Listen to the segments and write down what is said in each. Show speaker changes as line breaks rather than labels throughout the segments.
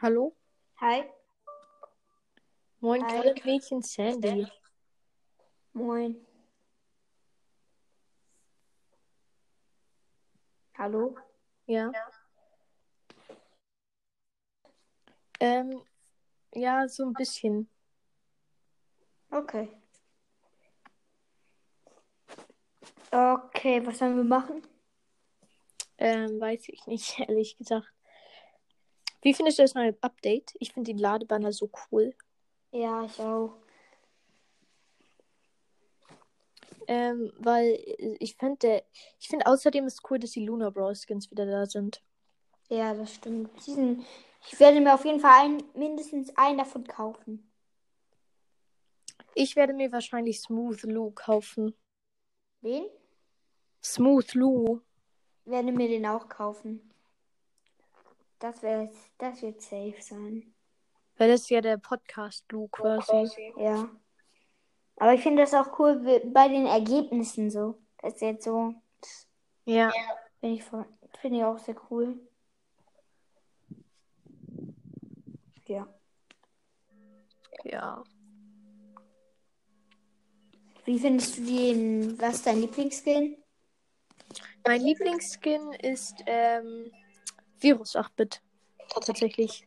Hallo?
Hi.
Moin,
Hi.
kleine Mädchen Sandy.
Moin. Hallo?
Ja. Ähm, ja, so ein bisschen.
Okay. Okay, was sollen wir machen?
Ähm, weiß ich nicht, ehrlich gesagt. Wie findest du das neue Update? Ich finde den Ladebanner so cool.
Ja, ich auch.
Ähm, weil ich finde, ich finde außerdem ist cool, dass die Luna Bros Skins wieder da sind.
Ja, das stimmt. Diesen, ich werde mir auf jeden Fall ein, mindestens einen davon kaufen.
Ich werde mir wahrscheinlich Smooth Lou kaufen.
Wen?
Smooth Lou.
Ich werde mir den auch kaufen. Das, wär, das wird safe sein.
Weil das ist ja der Podcast Lou quasi.
Ja. Aber ich finde das auch cool wie- bei den Ergebnissen so. Das ist jetzt so.
Ja.
Finde ich, voll- finde ich auch sehr cool. Ja.
Ja.
Wie findest du den, was ist dein Lieblingsskin?
Mein Lieblingsskin ist ähm, Virus 8-Bit. Tatsächlich.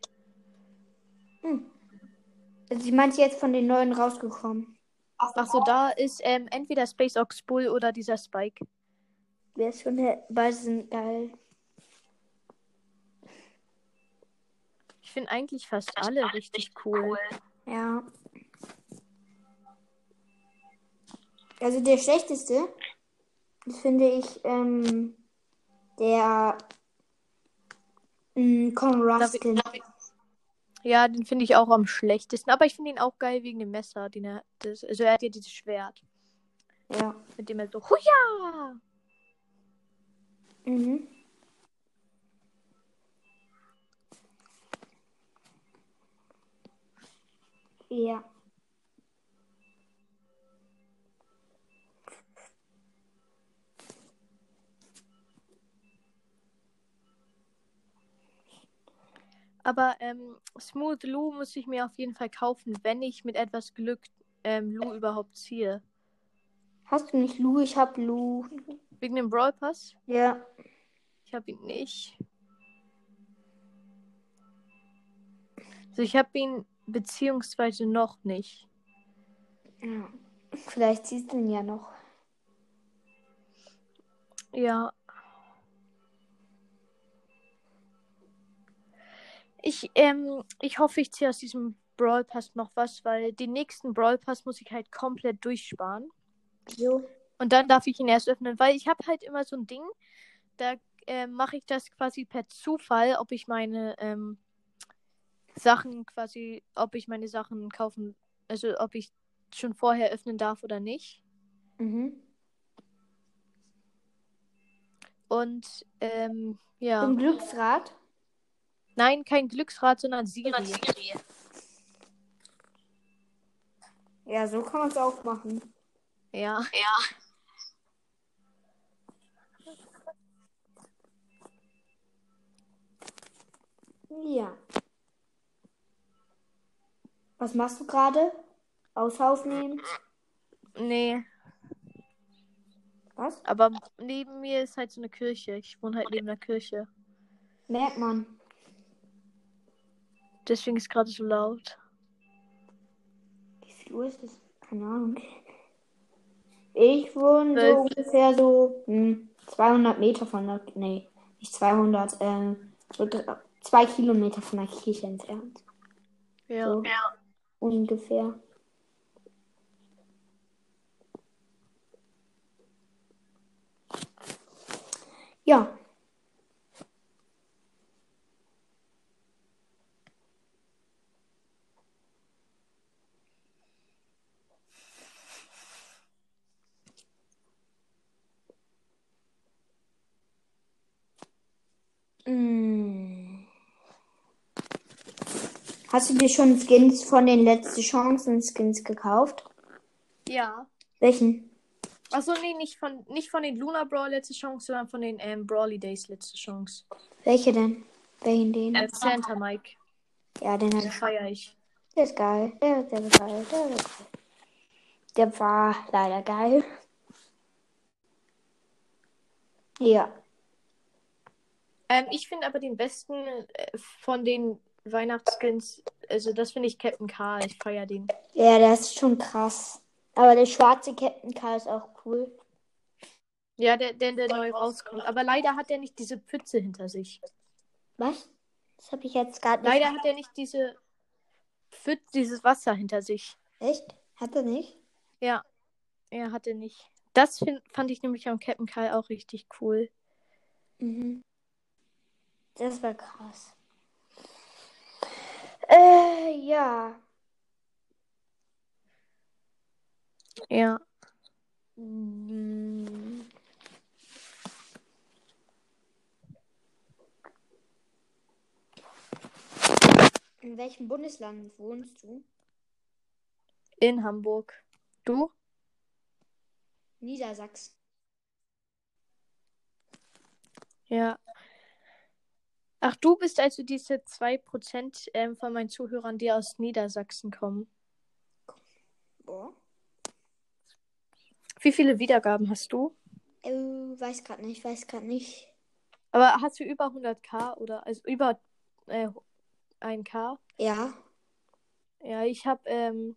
Also ich meinte jetzt von den neuen rausgekommen.
Achso, da ist ähm, entweder Space Ox Bull oder dieser Spike.
Wer ist schon der? Beide sind geil.
Ich finde eigentlich fast alle richtig cool.
Ja. Also der schlechteste, das finde ich, ähm, der ähm, Conrad
Darf ich-
Skin.
Ja, den finde ich auch am schlechtesten. Aber ich finde ihn auch geil wegen dem Messer. Den er, das, also er hat ja dieses Schwert,
Ja.
mit dem er so, huja!
Mhm. Ja.
Aber ähm, Smooth Lou muss ich mir auf jeden Fall kaufen, wenn ich mit etwas Glück ähm, Lou überhaupt ziehe.
Hast du nicht Lou? Ich hab Lou.
Wegen dem Brawl Pass?
Ja.
Ich habe ihn nicht. Also ich habe ihn beziehungsweise noch nicht.
ja. Vielleicht siehst du ihn ja noch.
Ja. Ich, ähm, ich hoffe, ich ziehe aus diesem Brawl Pass noch was, weil den nächsten Brawl Pass muss ich halt komplett durchsparen.
Jo.
Und dann darf ich ihn erst öffnen, weil ich habe halt immer so ein Ding, da ähm, mache ich das quasi per Zufall, ob ich meine ähm, Sachen quasi, ob ich meine Sachen kaufen, also ob ich schon vorher öffnen darf oder nicht.
Mhm.
Und ähm, ja.
Im Glücksrad.
Nein, kein Glücksrad, sondern Siri.
Ja, so kann man es auch machen.
Ja.
Ja. Was machst du gerade? Außer aufnehmen?
Nee,
Was?
aber neben mir ist halt so eine Kirche. Ich wohne halt neben einer Kirche.
Merkt man.
Deswegen ist gerade so laut.
Wie viel Uhr ist es? Keine Ahnung. Ich wohne so
Zwölf.
ungefähr so hm, 200 Meter von der... Nee, nicht 200. Ähm, so dr- zwei Kilometer von der Kirche entfernt.
Ja.
So. Ungefähr. Ja. Mm. Hast du dir schon Skins von den letzten Chancen Skins gekauft?
Ja.
Welchen?
Achso, nee, nicht von, nicht von den Luna Brawl letzte Chance, sondern von den ähm, Brawly Days letzte Chance.
Welche denn? Welchen den?
Ähm, Santa Mike.
Ja, den habe
Den
ich.
feiere ich.
Der ist geil. Der, der ist geil. Der, ist geil. der war leider geil. Ja.
Ähm, ich finde aber den besten äh, von den Weihnachtsskins, also das finde ich Captain Karl. Ich feiere den.
Ja, der ist schon krass. Aber der schwarze Captain K ist auch cool.
Ja, der, der, der neu rauskommt. Aber leider hat er nicht diese Pfütze hinter sich.
Was? Das habe ich jetzt gerade nicht.
Leider hat er nicht diese Pfütze, dieses Wasser hinter sich.
Echt? Hat er nicht?
Ja, er hatte nicht. Das find, fand ich nämlich am Captain Karl auch richtig cool.
Mhm. Das war krass. Äh, ja.
Ja.
Mm. In welchem Bundesland wohnst du?
In Hamburg. Du?
Niedersachsen.
Ja. Ach, du bist also diese 2% ähm, von meinen Zuhörern, die aus Niedersachsen kommen.
Boah.
Wie viele Wiedergaben hast du?
Äh, weiß gerade nicht, weiß gerade nicht.
Aber hast du über 100k oder also über äh, 1k?
Ja.
Ja, ich habe ähm,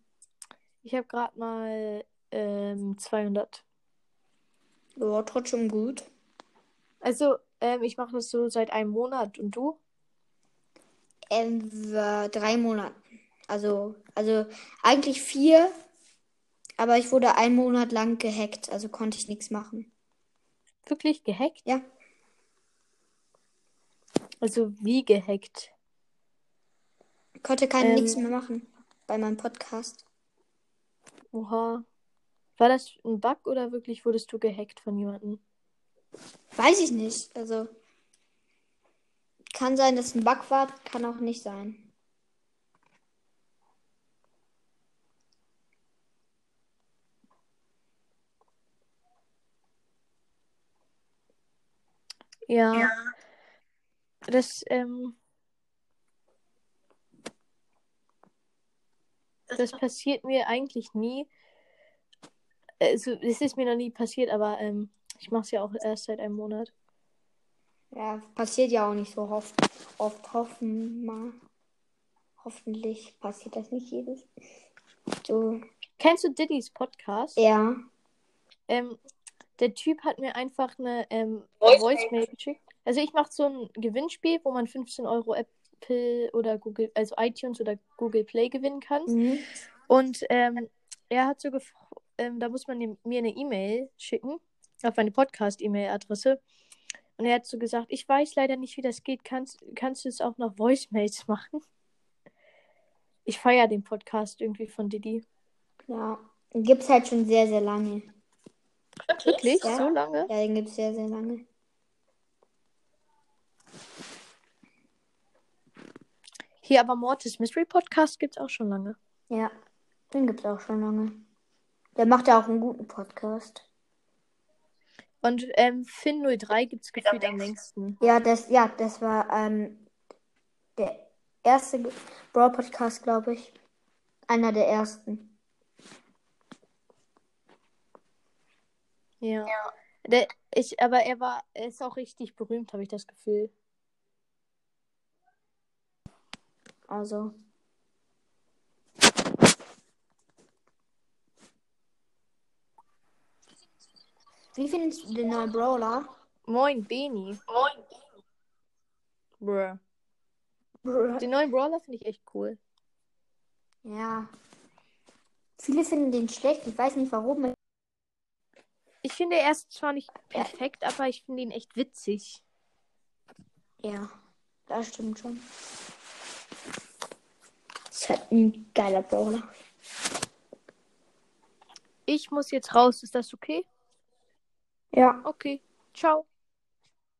ich habe gerade mal ähm, 200.
Boah, trotzdem gut.
Also ähm, ich mache das so seit einem Monat und du?
Ähm, war drei Monaten. Also, also eigentlich vier, aber ich wurde einen Monat lang gehackt, also konnte ich nichts machen.
Wirklich gehackt?
Ja.
Also wie gehackt?
Konnte kein
Ähm.
nichts mehr machen bei meinem Podcast.
Oha. War das ein Bug oder wirklich wurdest du gehackt von jemandem?
Weiß ich nicht. Also kann sein, dass es ein Bug war, kann auch nicht sein.
Ja. Das, ähm, das passiert mir eigentlich nie. Also, es ist mir noch nie passiert, aber ähm, ich mache es ja auch erst seit einem Monat.
Ja, passiert ja auch nicht so oft. Oft hoffen mal. Hoffentlich passiert das nicht jedes. So.
Kennst du Diddy's Podcast?
Ja.
Ähm, der Typ hat mir einfach eine ähm, Voicemail geschickt. Also ich mache so ein Gewinnspiel, wo man 15 Euro Apple oder Google, also iTunes oder Google Play gewinnen kann.
Mhm.
Und ähm, er hat so gef ähm, da muss man ihm- mir eine E-Mail schicken auf meine Podcast-E-Mail-Adresse. Und er hat so gesagt, ich weiß leider nicht, wie das geht. Kannst, kannst du es auch noch Voicemails machen? Ich feiere den Podcast irgendwie von Didi.
Ja. Gibt's halt schon sehr, sehr lange.
Wirklich?
Ja.
So lange?
Ja, den gibt's sehr, sehr lange.
Hier aber Mortis Mystery Podcast gibt's auch schon lange.
Ja, den gibt's auch schon lange. Der macht ja auch einen guten Podcast.
Und ähm, Finn03 gibt es gefühlt am längsten.
Ja, das, ja, das war ähm, der erste Ge- Brawl Podcast, glaube ich. Einer der ersten.
Ja. Der, ich, aber er war, er ist auch richtig berühmt, habe ich das Gefühl.
Also. Wie findest du den neuen Brawler?
Moin, Beni. Moin. Bruh. Den neuen Brawler finde ich echt cool.
Ja. Viele finden den schlecht. Ich weiß nicht warum.
Ich finde, er ist zwar nicht perfekt, aber ich finde ihn echt witzig.
Ja, das stimmt schon. Das ist halt ein geiler Brawler.
Ich muss jetzt raus, ist das okay?
Ja.
Okay. Ciao.